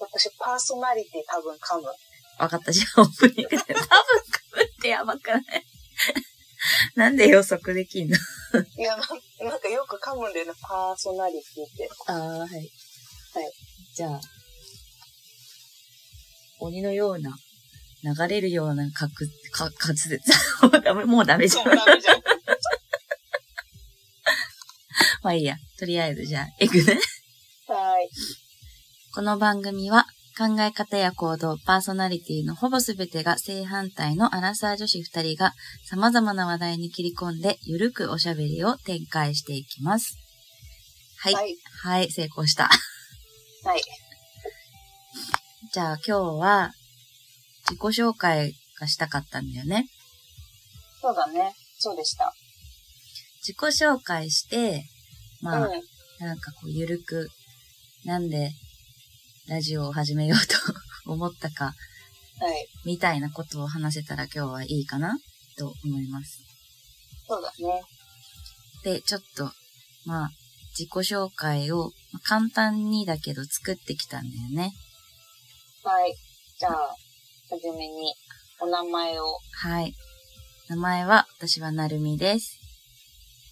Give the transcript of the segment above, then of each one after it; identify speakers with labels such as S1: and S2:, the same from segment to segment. S1: 私パーソナリティ多分噛む。
S2: わかった。じゃあオープニングで。多分組むってやばくない なんで予測できんの
S1: いや、ななんかよく噛むんだよね、パーソナリティって。
S2: ああ、はい。はい。じゃあ、鬼のような、流れるような滑、か、滑舌。 もうダメ、もうダメ じゃん。
S1: そう、ダメじゃん。
S2: まあいいや。とりあえずじゃあ、いくね。
S1: はい。
S2: この番組は、考え方や行動、パーソナリティのほぼすべてが正反対のアラサー女子二人が様々な話題に切り込んでゆるくおしゃべりを展開していきます。はい。
S1: はい
S2: はい、成功した。
S1: はい。
S2: じゃあ今日は自己紹介がしたかったんだよね。
S1: そうだね。そうでした。
S2: 自己紹介して、
S1: う
S2: まあ、
S1: ん。
S2: なんかこう、ゆるく、なんで、ラジオを始めようと思ったか、
S1: はい。
S2: みたいなことを話せたら今日はいいかな、と思います。
S1: そうだね。
S2: で、ちょっと、まあ、自己紹介をまあ簡単にだけど作ってきたんだよね。
S1: はい。じゃあ、はじめに、お名前を。
S2: はい。名前は、私はなるみです。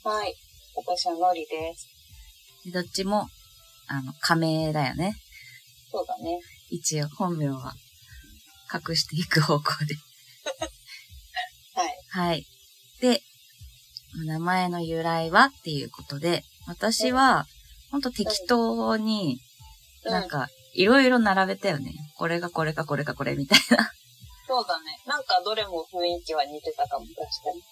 S1: はい。私はのりです。
S2: でどっちも、あの、仮名だよね。
S1: そうだね。
S2: 一応、本名は、隠していく方向で。
S1: はい。
S2: はい。で、名前の由来はっていうことで、私は、ほんと適当に、
S1: うん
S2: なんか、いろいろ並べたよね。これがこれかこれかこれみたいな。
S1: そうだね。なんかどれも雰囲気は似てたかも、確かに。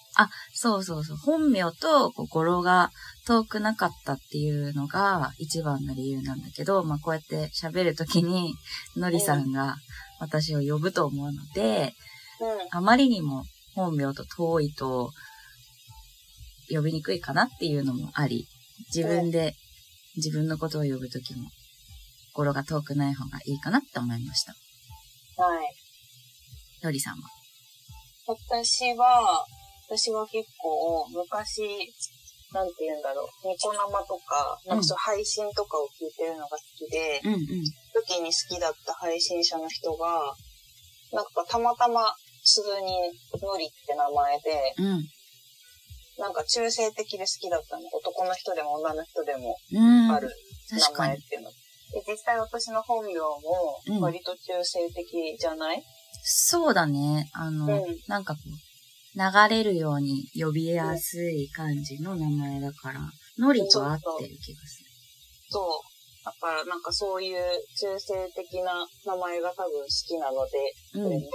S2: そうそうそう。本名とこう語呂が遠くなかったっていうのが一番の理由なんだけど、まあこうやって喋るときに、のりさんが私を呼ぶと思うので、
S1: うん。
S2: あまりにも本名と遠いと、呼びにくいかなっていうのもあり、自分で、自分のことを呼ぶときも、語呂が遠くない方がいいかなって思いました。
S1: はい。
S2: のりさんは。
S1: 私は、私は結構、昔、なんて言うんだろう、ニコ生とか、なんかそう配信とかを聞いてるのが好きで、
S2: うんうん。
S1: 時に好きだった配信者の人が、なんかたまたま、普通にのりって名前で、
S2: うん。
S1: なんか中性的で好きだったの。男の人でも女の人でも
S2: うん。
S1: ある名
S2: 確か
S1: 前っ
S2: に。
S1: ていうの。で実際私の本名
S2: うん
S1: も割と中性的じゃない、
S2: そうだね。あの、
S1: うん
S2: なんかこう、流れるように呼びやすい感じの名前だから、のりと合ってる気がす
S1: そう。だからなんかそういう中性的な名前が多分好きなので、
S2: る。
S1: それ
S2: うん
S1: に。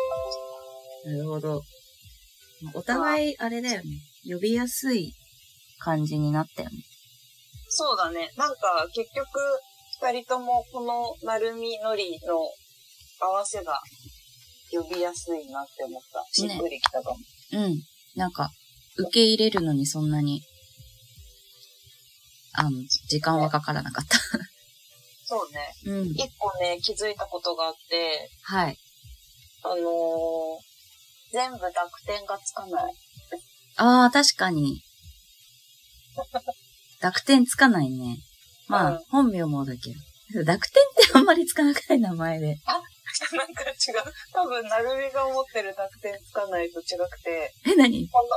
S2: なるほど。お互い、あれだよね。呼びやすい感じになったよね。
S1: そうだね。なんか結局二人ともこのなるみのりの合わせが呼びやすいなって思った。しっくりきたかも。
S2: うん。なんか、受け入れるのにそんなに、あの、時間はかからなかった。
S1: そうね。
S2: うん。
S1: 一個ね、気づいたことがあって、
S2: はい。
S1: あのー、全部濁点がつかない。
S2: ああ、確かに。濁点つかないね。ま
S1: う
S2: あ
S1: ん、
S2: 本名もだけど。濁点ってあんまりつかなくない名前で。
S1: なんか違う。多分、なるみが思ってる濁点つかないと違くて、
S2: え、何
S1: この、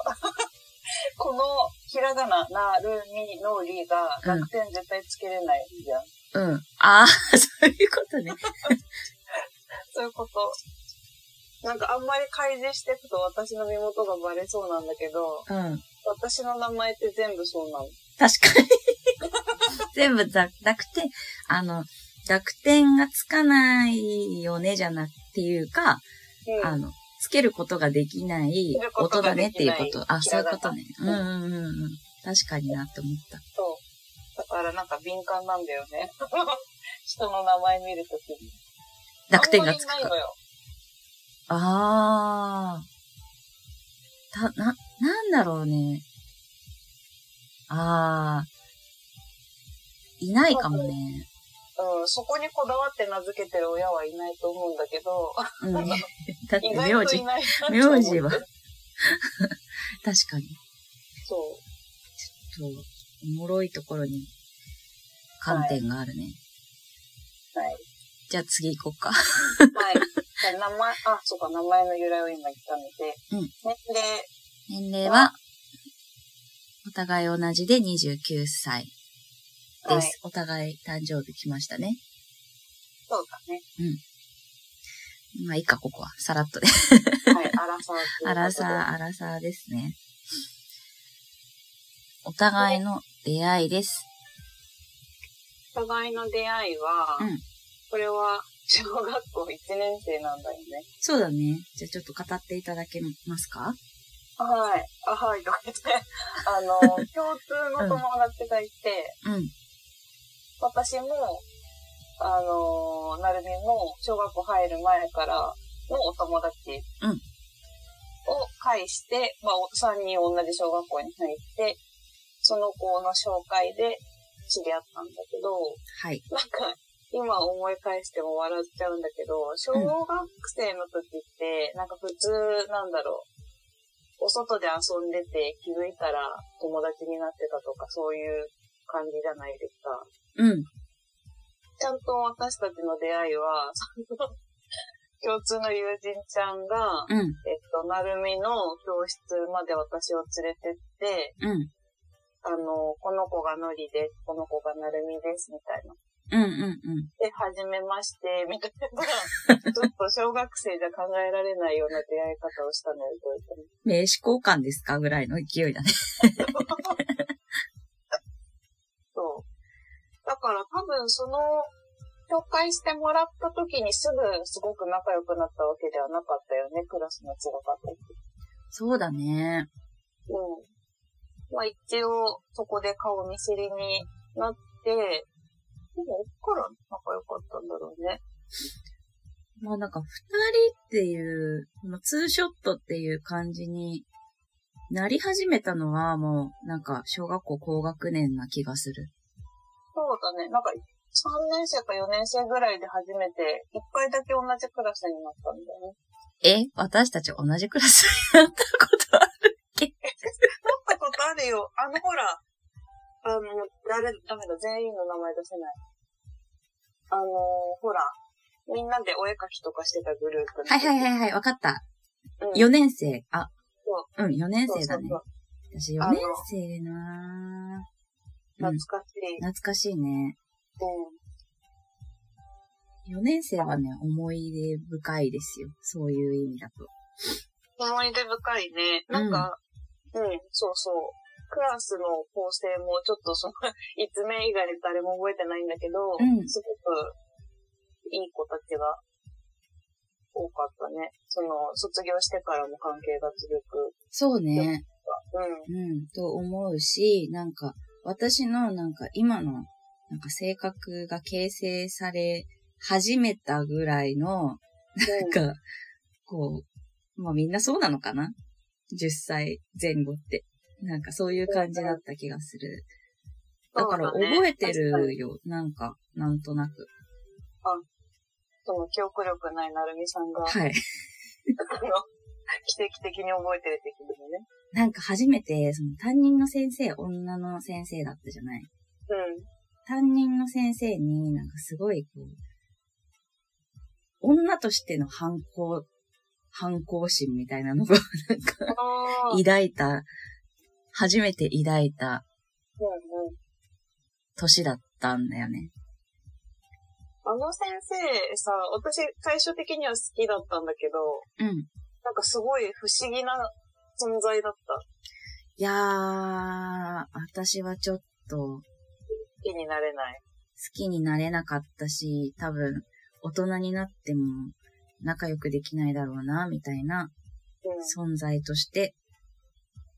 S1: このひらがな、なるみのりが
S2: うん
S1: 濁点絶対つけれないじゃん。
S2: うん。ああ、 そういうことね。
S1: そういうこと。なんかあんまり開示していくと私の身元がバレそうなんだけど、
S2: うん。
S1: 私の名前って全部そうなの。
S2: 確かに。 全部ざ濁点、あの、濁点がつかないよねじゃなくていうか、
S1: うん。
S2: あの、つけることができない
S1: つけるこ
S2: 音
S1: と
S2: だ
S1: が
S2: ねっ
S1: で
S2: て
S1: き
S2: いう
S1: ない
S2: こと。あ、
S1: ひ
S2: そうい
S1: ら
S2: う
S1: が
S2: こ
S1: な
S2: とね。うんうんうんうん。確かになって思った。
S1: そう。だからなんか敏感なんだよね。 人の名前見るときに。
S2: 濁点がつく
S1: あんまりない
S2: か。
S1: のよ。
S2: あー。た、な、なんだろうね。あー。いないかもね。
S1: うん、そこにこだわって名付けてる親はいないと思うんだけど、
S2: うん。 だって
S1: 意
S2: 名
S1: 外とい
S2: 字、
S1: ないなって思って
S2: 名字は。。 確かに。
S1: そ
S2: ちょっと、おもろいところに観点があるね。
S1: う。はい。
S2: じゃあ次行こうか。
S1: はい。名前、あ、そうか、名前の由来を今言ったので、
S2: うん
S1: 年齢、
S2: 年齢は、お互い同じで29歳です。
S1: はい
S2: お互い誕生日来ましたね。
S1: そうだね。
S2: まあいいか、ここは。さらっとで。
S1: はい、アラサ ーということで。
S2: アラサー、アラサーですね。お互いの出会いです。
S1: お互いの出会いは、
S2: うん
S1: これは小学校1年生なんだよね。
S2: そうだね。じゃあちょっと語っていただけますか
S1: はい。あ、はい、とか言って。あ の、共通の友達がいて、
S2: うん。
S1: 私も、あの、なるみも、小学校入る前からのお友達
S2: うん
S1: を介して、まあ、お三人同じ小学校に入って、その子の紹介で知り合ったんだけど、
S2: はい。
S1: なんか、今思い返しても笑っちゃうんだけど、小学生の時って、なんか普通、なんだろう、お外で遊んでて気づいたら友達になってたとか、そういう感じじゃないですか。
S2: うん。
S1: ちゃんと私たちの出会いは、 その、共通の友人ちゃんが、
S2: うん。
S1: えっと、なるみの教室まで私を連れてって、
S2: うん。
S1: あの、この子がのりです、この子がなるみです、みたいな。
S2: うん。うん。うん。
S1: で、はじめまして、みたいな、ちょっと小学生じゃ考えられないような出会い方をしたのよ、覚えてる
S2: 名刺交換ですかぐらいの勢いだね。
S1: そう。だから多分その、紹介してもらった時にすぐすごく仲良くなったわけではなかったよね、クラスの違かった時。
S2: そうだね。
S1: うん。まあ一応、そこで顔見知りになって、でも、こっから仲良かったんだろうね。
S2: まあなんか、二人っていう、このツーショットっていう感じになり始めたのは、もう、なんか、小学校高学年な気がする。
S1: そうだね。なんか、3年生か4年生ぐらいで初めて、1回だけ同じクラスになったんだよね。
S2: え私たち同じクラスになったことある
S1: なったことあるよ。あの、ほら、あの、誰、ダメだ、全員の名前出せない。あのー、ほら、みんなでお絵描きとかしてたグループの。
S2: はいはい
S1: い。
S2: はいはい、わかった。
S1: うん、
S2: 4年生。あ、
S1: そ
S2: うん、4年生
S1: そ
S2: だ
S1: うそう
S2: ね
S1: そう。
S2: 私4年生なぁ。うん
S1: 懐、かしい。
S2: 懐かしいね。
S1: うん
S2: 4年生はね、思い出深いですよ。そういう意味だと。
S1: 思い出深いね。なんか、うん、そうそう。クラスの構成もちょっとその、 一名以外で誰も覚えてないんだけど、
S2: うん
S1: すごくいい子たちが多かったね。その、卒業してからも関係が続く。
S2: そうね。
S1: うん。
S2: うん、と思うし、なんか、私のなんか今の、なんか性格が形成され始めたぐらいの、
S1: なん
S2: なんか、こう、まあみんなそうなのかな ?10 歳前後って。なんかそういう感じだった気がする。だから覚えてるよ。なんか、なんとなく。
S1: その記憶力ないなるみさん が、
S2: は
S1: あ
S2: い。
S1: の奇跡的に覚えてる的にね。
S2: なんか初めて、その担任の先生、女の先生だったじゃない
S1: うん。
S2: 担任の先生になんかすごいこう、女としての反抗、反抗心みたいなのを なんか
S1: ああ。
S2: 抱いた、初めて抱いた
S1: うんうん。
S2: 年だったんだよね。
S1: あの先生さ、私最終的には好きだったんだけど、
S2: うん。
S1: なんかすごい不思議な存在だった。
S2: いやー、私はちょっと好
S1: 気になれない。
S2: きになれなかったし、多分大人になっても仲良くできないだろうな、みたいな
S1: うん。
S2: 存在として、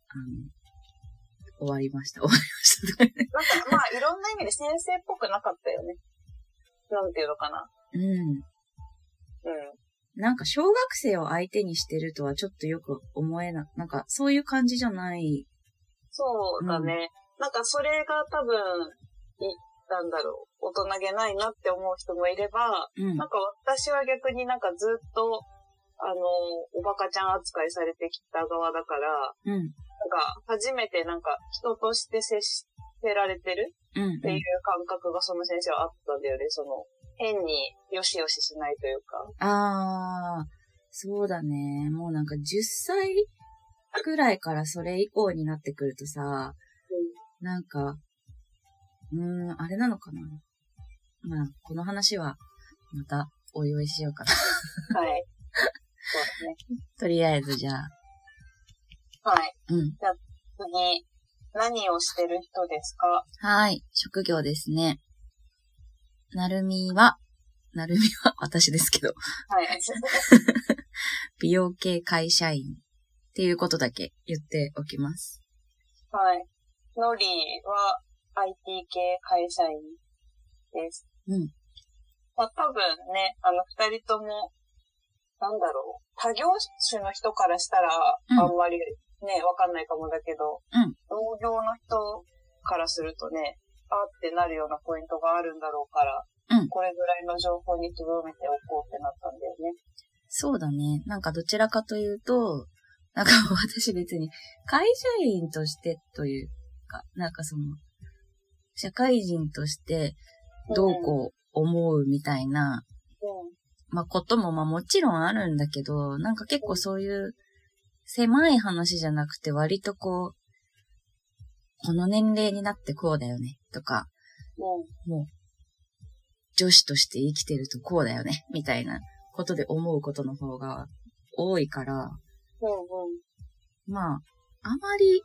S2: あの、終わりました。 終わりました。
S1: なんかまあいろんな意味で先生っぽくなかったよね。なんていうのかな。
S2: うん。
S1: うん。
S2: なんか小学生を相手にしてるとはちょっとよく思えな、なんかそういう感じじゃない。
S1: そうだね。なんかそれが多分、い、なんだろう、大人げないなって思う人もいれば、
S2: うん
S1: なん。か私は逆になんかずっと、あの、おバカちゃん扱いされてきた側だから、
S2: うん。
S1: なんか初めてなんか人として接せられてる
S2: うん
S1: っ。ていう感覚がその先生はあったんだよね、その、変によしよししないというか。
S2: あー、そうだね。もうなんか10歳くらいからそれ以降になってくるとさ、なんか、うーん、あれなのかな。まあ、この話は、また、おいおいしようかな。
S1: はい。そうですね。
S2: とりあえず、じゃあ。
S1: はい。
S2: うん。
S1: 次、何をしてる人ですか
S2: はい。職業ですね。なるみは、なるみは 私ですけど、
S1: はい。
S2: 美容系会社員っていうことだけ言っておきます。
S1: はい。ノリは IT 系会社員です。
S2: うん。
S1: まあ多分ね、あの二人とも、なんだろう、他業種の人からしたら
S2: うん、
S1: あんまりね、わ、かんないかもだけど、
S2: うん
S1: 同業の人からするとね、あーってなるようなポイントがあるんだろうから、
S2: うん
S1: これぐらいの情報に留めておこうってなったんだよね。
S2: そうだね。なんかどちらかというと、なんか 私別に会社員としてというか、なんかその、社会人としてどうこう思うみたいな、
S1: うん。
S2: まあこともまあもちろんあるんだけど、なんか結構そういう狭い話じゃなくて割とこう、この年齢になってこうだよねとか、
S1: うん。
S2: 女子として生きてるとこうだよねみたいなことで思うことの方が多いから、
S1: うん。うん。
S2: まあ、あまり、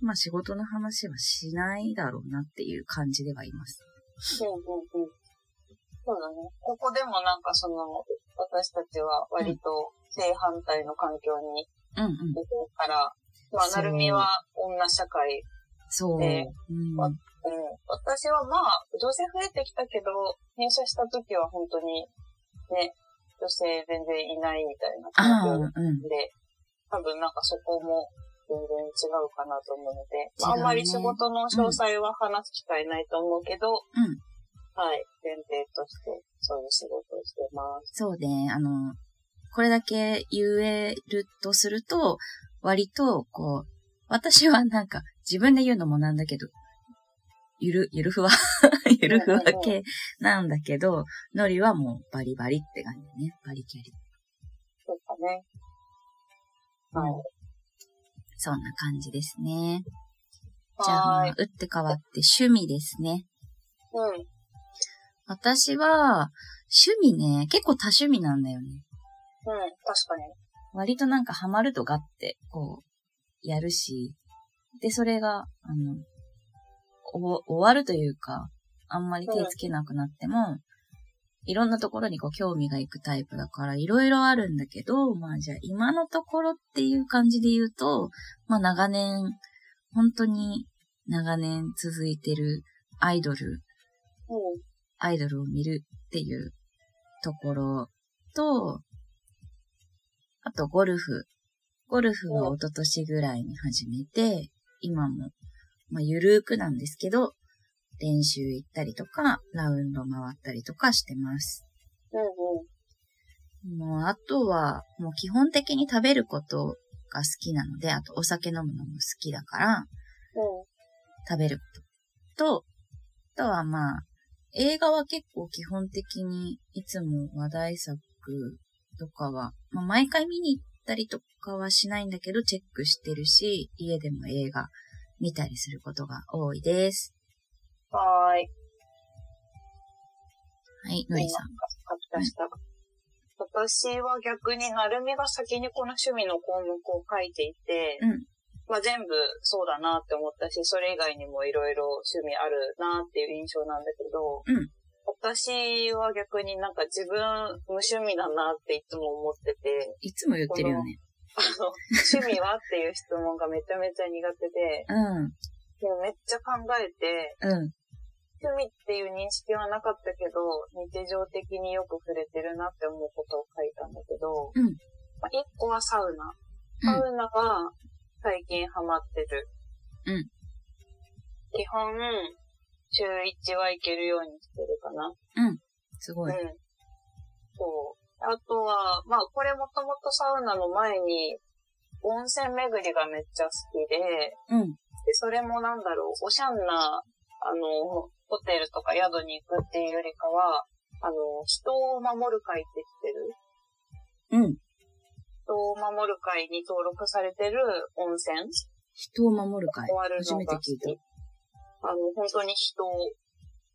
S2: まあ仕事の話はしないだろうなっていう感じではいます。
S1: うんうんうん。そうだね。ここでもなんかその、私たちは割と正反対の環境に
S2: うんうん。
S1: いるから、まあ、
S2: そう
S1: なるみは女社会、
S2: そう。
S1: え
S2: うん
S1: わうん。私はまあ、女性増えてきたけど、入社した時は本当に、ね、女性全然いないみたいな
S2: ああ、う
S1: 環境
S2: ん。
S1: で、多分なんかそこも全然違うかなと思うので、まあ、
S2: 違う
S1: あ
S2: ね
S1: んまり仕事の詳細は話す機会ないと思うけど、
S2: うん
S1: はい、前提としてそういう仕事をしてます。
S2: そうね、あの、これだけ言えるとすると、割と、こう、私はなんか、自分で言うのもなんだけど、ゆる、ゆるふわ、 ゆるふわ系なんだけど、ノリはもうバリバリって感じだね。バリキャリ。
S1: そうかね。はい。
S2: そんな感じですね。じゃあ、ま
S1: はー
S2: あ
S1: い。
S2: 打って変わって趣味ですね。
S1: うん。
S2: 私は、趣味ね、結構多趣味なんだよね。
S1: うん。確かに。
S2: 割となんかハマるとガって、こう、やるし、で、それが、あの、お終わるというか、あんまり手つけなくなっても、いろんなところにこう興味がいくタイプだから、いろいろあるんだけど、まあじゃあ今のところっていう感じで言うと、まあ長年、本当に長年続いてるアイドル
S1: うん。
S2: アイドルを見るっていうところと、あとゴルフ。ゴルフは一昨年ぐらいに始めて、今も、まあ、ゆるーくなんですけど、練習行ったりとか、ラウンド回ったりとかしてます。
S1: うんうん。
S2: もう、あとは、もう基本的に食べることが好きなので、あとお酒飲むのも好きだから、
S1: うん。
S2: 食べること。と、あとはまあ、映画は結構基本的にいつも話題作とかは、まあ毎回見に行ったりとかはしないんだけど、チェックしてるし、家でも映画見たりすることが多いです。
S1: はーい。
S2: はい、のりさん。
S1: 書き出した。私は逆に、なるみが先にこの趣味の項目を書いていて、
S2: うん
S1: まあ全部そうだなって思ったし、それ以外にもいろいろ趣味あるなっていう印象なんだけど、
S2: うん
S1: 私は逆になんか自分無趣味だなっていつも思って て、
S2: いつも言ってるよね。
S1: あの、趣味はっていう質問がめちゃめちゃ苦手で、
S2: うん、
S1: でもめっちゃ考えて、
S2: うん、
S1: 趣味っていう認識はなかったけど、日常的によく触れてるなって思うことを書いたんだけど、
S2: うん
S1: まあ、一個はサウナ。
S2: うん
S1: サウナが最近ハマってる。
S2: うん
S1: 基本、週1は行けるようにしてるかな。
S2: すごい。
S1: うん。そう。あとは、まあこれもともとサウナの前に、温泉巡りがめっちゃ好きで、
S2: うん、
S1: で、それもなんだろう、おしゃんな、あの、ホテルとか宿に行くっていうよりかは、あの、人を守る会って来てる
S2: うん。
S1: 人を守る会に登録されてる温泉
S2: 人を守る会。
S1: 終わる
S2: 初
S1: の
S2: めて
S1: が
S2: 聞
S1: 好き
S2: いた。
S1: あの、本当に人を、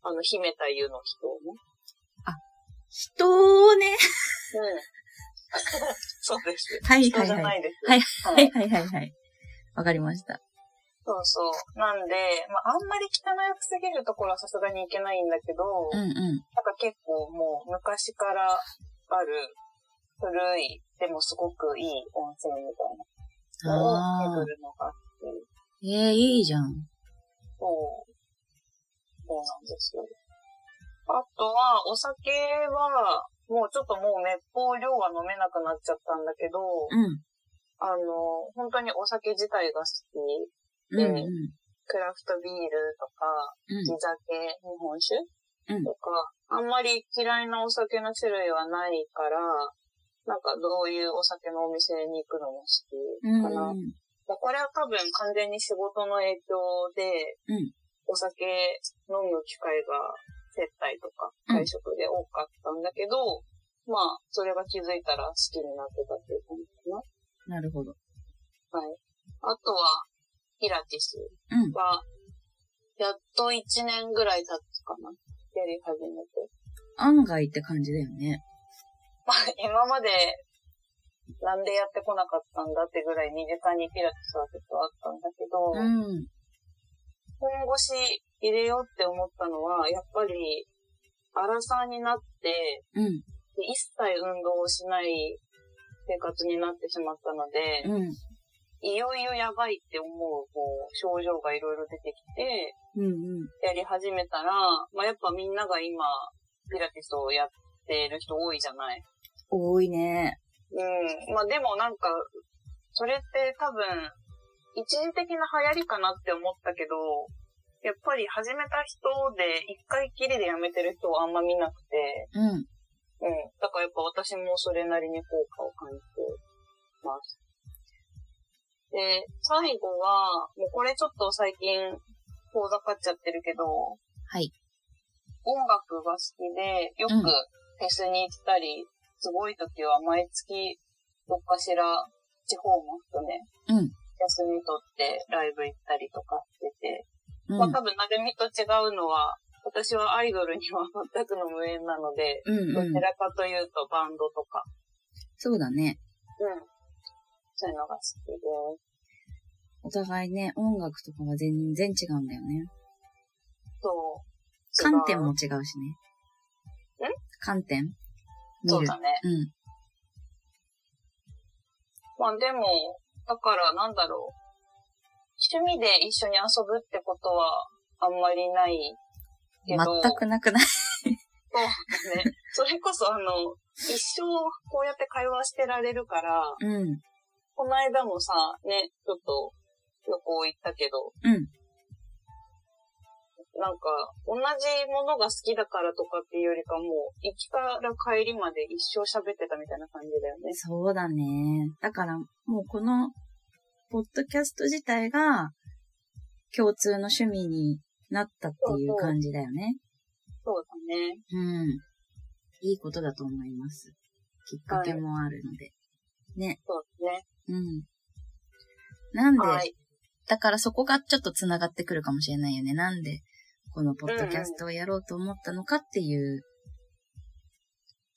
S1: あの、秘めた湯の人をね。
S2: 人をね。
S1: うん。 そうです。
S2: はい
S1: 人
S2: はい
S1: じゃ
S2: は。
S1: ないいです。は
S2: はいはいい。はいはいはい。わかりました。
S1: そうそう。なんで、まあ、あんまり汚くすぎるところはさすがにいけないんだけど、
S2: うんう
S1: な
S2: ん。
S1: んか結構もう昔からある古い、でもすごくいい温泉みたいなのを
S2: ああ
S1: 巡。るのが、
S2: ええいいじゃん。
S1: そう、そうなんですよ。あとは、お酒は、もうちょっともう滅法量が飲めなくなっちゃったんだけど、
S2: うん。
S1: あの、本当にお酒自体が好き。
S2: うんうん。
S1: クラフトビールとか、地
S2: う
S1: 酒、日本酒
S2: うん
S1: とか、あんまり嫌いなお酒の種類はないから、なんかどういうお酒のお店に行くのも好き
S2: ん。
S1: かな。
S2: うん。
S1: まあこれは多分完全に仕事の影響で、
S2: うん
S1: お酒飲む機会が接待とか
S2: うん
S1: 会食で多かったんだけど、まあ、それが気づいたら好きになってたっていう感じかな。
S2: なるほど。
S1: はい。あとは、ピラティス
S2: うん。
S1: は、やっと1年ぐらい経つかな。やり始めて。
S2: 案外って感じだよね。
S1: まあ、今まで、なんでやってこなかったんだってぐらい身近にピラティスはずっとあったんだけど、
S2: うん。
S1: 本腰入れようって思ったのは、やっぱり、アラサーになって、
S2: うん。
S1: で一切運動をしない生活になってしまったので、
S2: うん。
S1: いよいよやばいって思う、こう、症状がいろいろ出てきて、
S2: うんうん。
S1: やり始めたら、まあ、やっぱみんなが今、ピラティスをやってる人多いじゃない。
S2: 多いね。
S1: うん。まあ、でもなんか、それって多分、一時的な流行りかなって思ったけど、やっぱり始めた人で、一回きりでやめてる人はあんま見なくて、
S2: うん。
S1: うん。だからやっぱ私もそれなりに効果を感じてます。で、最後は、もうこれちょっと最近、遠ざかっちゃってるけど、
S2: はい。
S1: 音楽が好きで、よく
S2: うん
S1: フェスに行ったり、すごい時は毎月、どっかしら、地方も含め、
S2: うん。
S1: 休み取ってライブ行ったりとかしてて、
S2: うん。
S1: まあ多分、なるみと違うのは、私はアイドルには全くの無縁なので、
S2: うん
S1: ど
S2: う
S1: ち。
S2: ん
S1: らかというとバンドとか、
S2: そうだね。
S1: うん。そういうのが好きで、
S2: お互いね、音楽とかは全然違うんだよね。
S1: そう。
S2: 観点も
S1: 違う。
S2: 違うしね。
S1: ん
S2: 観点
S1: そ
S2: 見
S1: う
S2: る。
S1: だね。
S2: うん。
S1: まあでも、だからなんだろう。趣味で一緒に遊ぶってことはあんまりないけど。
S2: 全くなくない。
S1: そうだね。それこそあの、一生こうやって会話してられるから、
S2: うん。
S1: この間もさ、ね、ちょっと旅行行ったけど、
S2: うん。
S1: なんか、同じものが好きだからとかっていうよりかもう、行きから帰りまで一生喋ってたみたいな感じだよね。
S2: そうだね。だから、もうこの、ポッドキャスト自体が、共通の趣味になったっていう感じだよね。
S1: そうだね。
S2: うん。いいことだと思います。きっかけもあるので。
S1: そうだね。
S2: うん。なんで、
S1: はい。
S2: だからそこがちょっと繋がってくるかもしれないよね。なんで、このポッドキャストをやろうと思ったのかっていう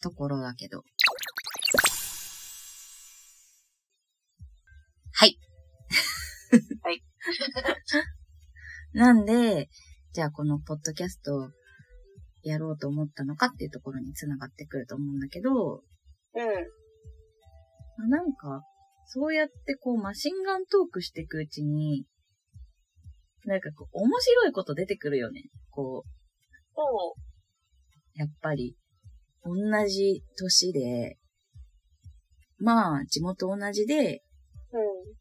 S2: ところだけど。はい。
S1: はい。
S2: なんで、じゃあこのポッドキャストをやろうと思ったのかっていうところに繋がってくると思うんだけど、
S1: うん。
S2: まあなんか、そうやってこうマシンガントークしていくうちに、なんかこう面白いこと出てくるよね。こう、
S1: そう。
S2: やっぱり、同じ年で、まあ地元同じで、
S1: うん。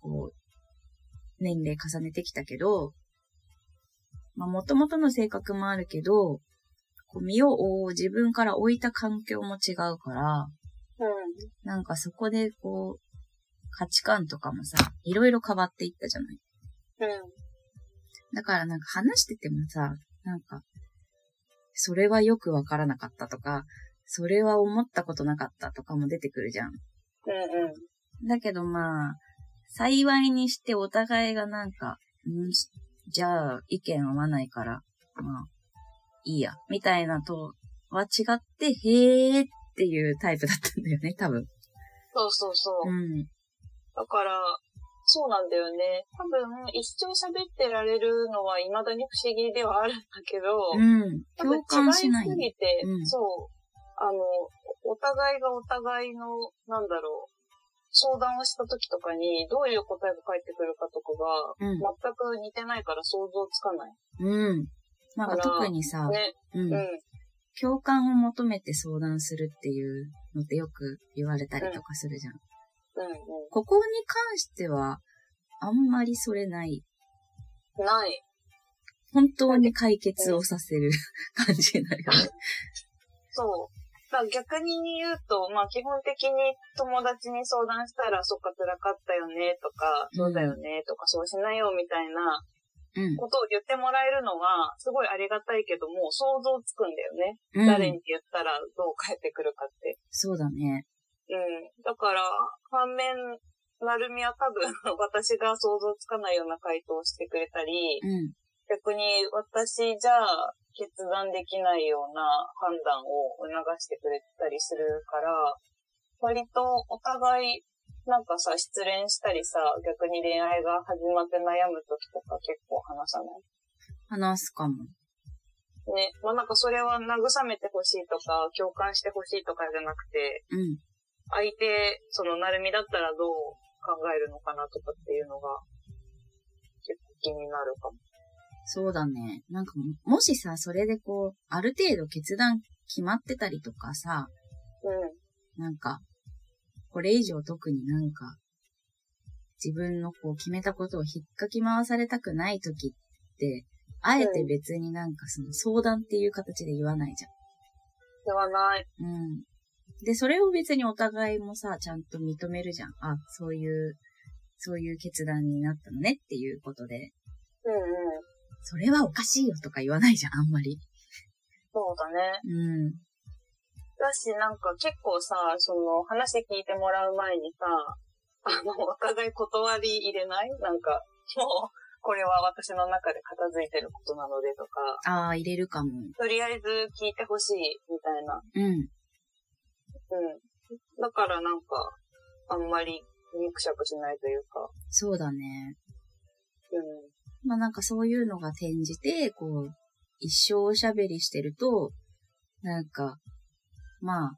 S2: こう、年齢重ねてきたけど、まあ元々の性格もあるけど、こう身を覆う自分から置いた環境も違うか
S1: う
S2: ら、
S1: ん。
S2: なんかそこでこう、価値観とかもさ、いろいろ変わっていったじゃない。
S1: うん。
S2: だからなんか話しててもさ、なんか、それはよくわからなかったとか、それは思ったことなかったとかも出てくるじゃん。
S1: うんうん。
S2: だけどまあ、幸いにしてお互いがなんか、んじゃあ意見合わないから、まあ、いいや、みたいなとは違って、へーっていうタイプだったんだよね、多分。
S1: そうそうそう。
S2: うん。
S1: だから、そうなんだよね。多分、一生喋ってられるのは未だに不思議ではあるんだけど、
S2: うん。
S1: 多分
S2: 共感しない
S1: 違い。すぎて、
S2: うん
S1: そう、あの、お互いがお互いの、なんだろう、相談をした時とかに、どういう答えが返ってくるかとかが、
S2: うん
S1: 全。く似てないから想像つかない。
S2: うん。なんか特にさ、
S1: ね。
S2: う
S1: うんん。うん。
S2: 共感を求めて相談するっていうのってよく言われたりとかするじゃん。
S1: う
S2: ここに関しては、あんまりそれない。
S1: ん。ない。
S2: 本当に解決をさせる 感じになるよね。
S1: そう。だから逆に言うと、まあ基本的に友達に相談したら、そっか辛かったよねとか、そうだよねとか、そうしなよみたいなことを言ってもらえるのは、すごいありがたいけども、想像つくんだよね。
S2: うん。
S1: 誰
S2: うん
S1: に言ったらどう返ってくるかって。
S2: そうだね。
S1: うん。だから、反面、なるみは多分、私が想像つかないような回答をしてくれたり、
S2: うん。
S1: 逆に私じゃあ決断できないような判断を促してくれたりするから、割とお互い、なんかさ、失恋したりさ、逆に恋愛が始まって悩む時とか結構話さない
S2: 話すかも。
S1: ね、まあ、なんかそれは慰めてほしいとか、共感してほしいとかじゃなくて、
S2: うん。
S1: 相手、その、なるみだったらどう考えるのかなとかっていうのが、結構気になるかも。
S2: そうだね。なんかも、もしさ、それでこう、ある程度決断決まってたりとかさ、
S1: うん。
S2: なんか、これ以上特になんか、自分のこう決めたことを引っかき回されたくない時って、あえて別になんかその相談っていう形で言わないじ
S1: ではない。
S2: ゃん。うん。で、それを別にお互いもさ、ちゃんと認めるじゃん。あ、そういう、そういう決断になったのねっていうことで、
S1: うんうん。
S2: それはおかしいよとか言わないじゃん、あんまり。
S1: そうだね。
S2: うん。
S1: だし、なんか結構さ、その、話聞いてもらう前にさ、 あの、お互い断り入れないなんか、もう、これは私の中で片付いてることなのでとか、
S2: ああ、入れるかも。
S1: とりあえず聞いてほしいみたいな。
S2: うん。
S1: うん。だからなんか、あんまり肉食しないというか、
S2: そうだね。
S1: うん。
S2: まあなんかそういうのが転じて、こう、一生おしゃべりしてると、なんか、まあ、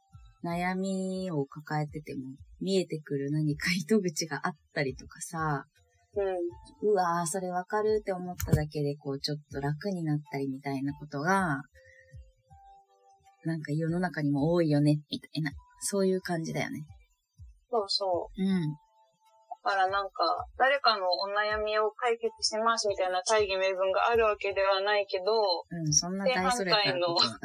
S2: 悩みを抱えてても、見えてくる何か 糸口があったりとかさ、
S1: うん。
S2: うわー、それわかるって思っただけで、こう、ちょっと楽になったりみたいなことが、なんか世の中にも多いよね、みたいな、そういう感じだよね。
S1: そうそう。
S2: うん。
S1: だからなんか、誰かのお悩みを解決しますみたいな大義名分があるわけではないけど、
S2: うん、そんな大それたことは。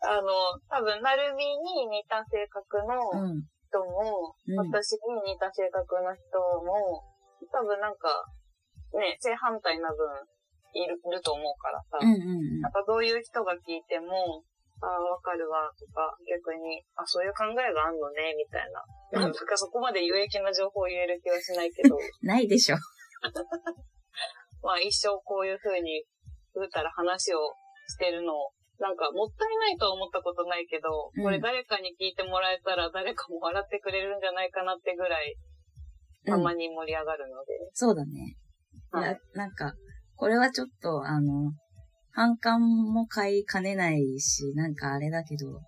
S1: あの、多分、なるみに似た性格
S2: う
S1: の
S2: ん。
S1: 人も、
S2: うん
S1: 私に似た性格の人も、多分なんか、ね、正反対な分、いるいると思うからさ。
S2: うんうん
S1: なんかどういう人が聞いても、ああ、わかるわ、とか、逆に、あ、そういう考えがあんのね、みたいな。
S2: う
S1: なんんかそこまで有益な情報を言える気はしない けど、
S2: うん。ないでしょ。
S1: まあ一生こういう風に、ふうたら話をしてるのを、なんかもったいないとは思ったことないけど、
S2: うん
S1: これ誰かに聞いてもらえたら誰かも笑ってくれるんじゃないかなってぐらい、たまに盛り上がるので。
S2: そうだね。い
S1: は
S2: や
S1: い、
S2: なんか、これはちょっと、あの、反感も買いかねないし、なんかあれだけど、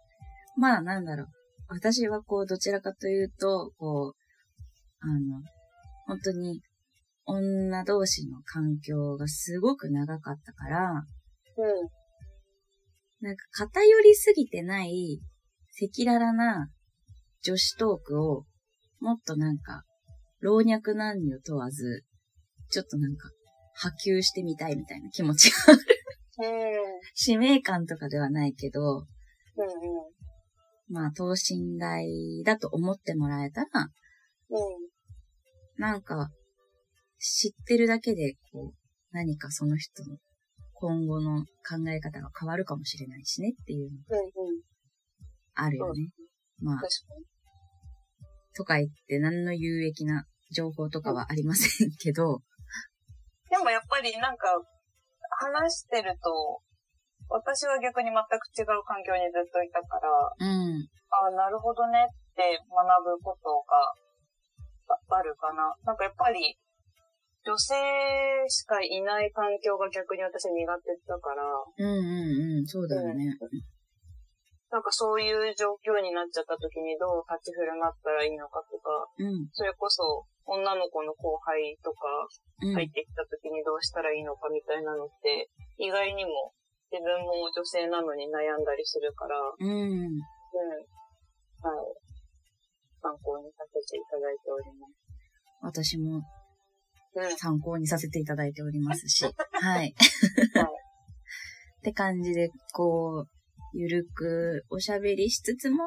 S2: まあなんだろう。私はこう、どちらかというと、こう、あの、本当に、女同士の環境がすごく長かったから、
S1: うん。
S2: なんか偏りすぎてない、赤裸々な女子トークを、もっとなんか、老若男女問わず、ちょっとなんか、波及してみたいみたいな気持ちが、
S1: う
S2: 使命感とかではないけど、
S1: ん。うん。
S2: まあ、等身大だと思ってもらえたら、
S1: うん。
S2: なんか、知ってるだけで、こう、何かその人の今後の考え方が変わるかもしれないしねっていうの
S1: うんうん。
S2: あるよね。まあ
S1: 確、かに。
S2: とか言って何の有益な情報とかはありませんけど、
S1: でもやっぱりなんか、話してると、私は逆に全く違う環境にずっといたから、
S2: うん。
S1: ああ、なるほどねって学ぶことがああるかな。なんかやっぱり、女性しかいない環境が逆に私は苦手だから、
S2: うんうんうん、そうだよね。
S1: なんかそういう状況になっちゃった時にどう立ち振る舞ったらいいのかとか、
S2: うん。
S1: それこそ女の子の後輩とか
S2: うん。
S1: 入ってきた時にどうしたらいいのかみたいなのって、意外にも自分も女性なのに悩んだりするから、うん。
S2: うん。
S1: はい。参考にさせていただいております。
S2: 私も
S1: うん。
S2: 参考にさせていただいております し、はい。
S1: はい
S2: って感じで、こう、ゆるくおしゃべりしつつも、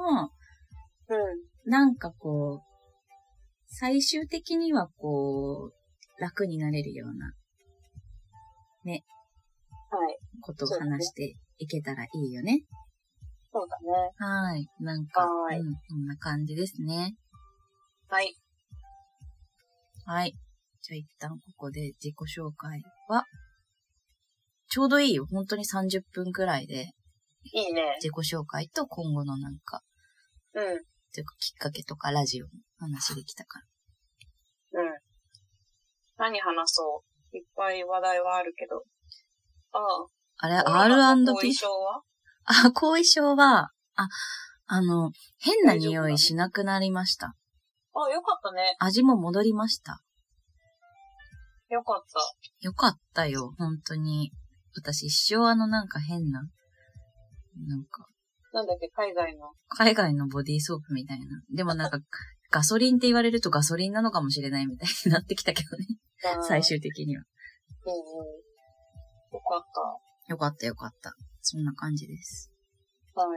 S1: うん。
S2: なんかこう、最終的にはこう、楽になれるような
S1: はい。
S2: ことを
S1: そうだね
S2: 話していけたらいいよね。
S1: そうだね。
S2: はい。なんか、
S1: はーい
S2: うん、こんな感じですね。
S1: はい。
S2: はい。じゃあ一旦ここで自己紹介は、ちょうどいいよ。本当に30分くらいで、
S1: いいね。
S2: 自己紹介と今後のなんか、
S1: うん。うん。
S2: というかきっかけとかラジオの話できたから。
S1: 何話そういっぱい話題はあるけど。ああ。
S2: あれ、
S1: 後
S2: R&B?
S1: 遺症は
S2: あ、後遺症は、あ、あの、変な匂いしなくなりました。
S1: あ、よかったね。
S2: 味も戻りました。
S1: よかった。
S2: よかったよ、本当に。私一生あのなんか変な、なんか、
S1: なんだっけ、海外の。
S2: 海外のボディーソープみたいな。でもなんか、ガソリンって言われるとガソリンなのかもしれないみたいになってきたけどね。 最。終的には。
S1: うんうん。よかっ
S2: よかったよかった。そんな感じです。
S1: た。は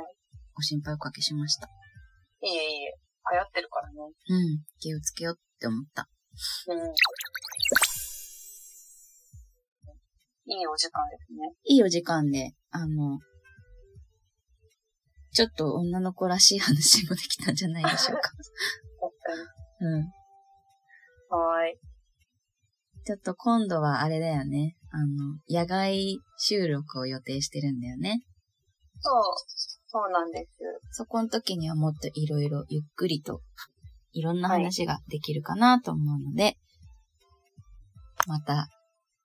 S2: ご心配おかけしました。
S1: い。いいえいいえ。流行ってるからね。
S2: うん。気をつけようって思った。
S1: うん。いいお時間ですね。
S2: いいお時間で、あの、ちょっと女の子らしい話もできたんじゃないでしょう
S1: 確
S2: か。
S1: かに。
S2: うん。
S1: はーい。
S2: ちょっと今度はあれだよね。あの、野外収録を予定してるんだよね。
S1: そう。そうなんです。
S2: そこの時にはもっといろいろゆっくりと、いろんな話ができるかなと思うので、また、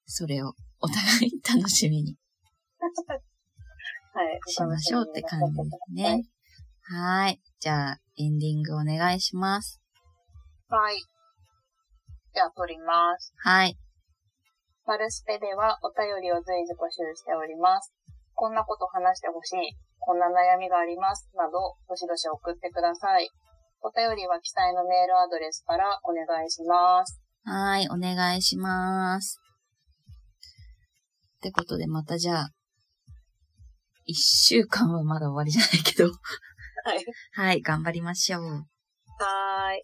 S2: それをお互い楽しみに
S1: はい。
S2: しましょうって感じです
S1: はい
S2: ね。。はーい。じゃあ、エンディングお願いします。
S1: はい。じゃあ、撮ります。
S2: はい。
S1: マルスペではお便りを随時募集しております。こんなこと話してほしい、こんな悩みがあります、など、どしどし送ってください。お便りは記載のメールアドレスからお願いします。
S2: はーい、お願いします。ってことで、またじゃあ、一週間はまだ終わりじゃないけど、
S1: はい。
S2: はい、頑張りましょう。
S1: はーい。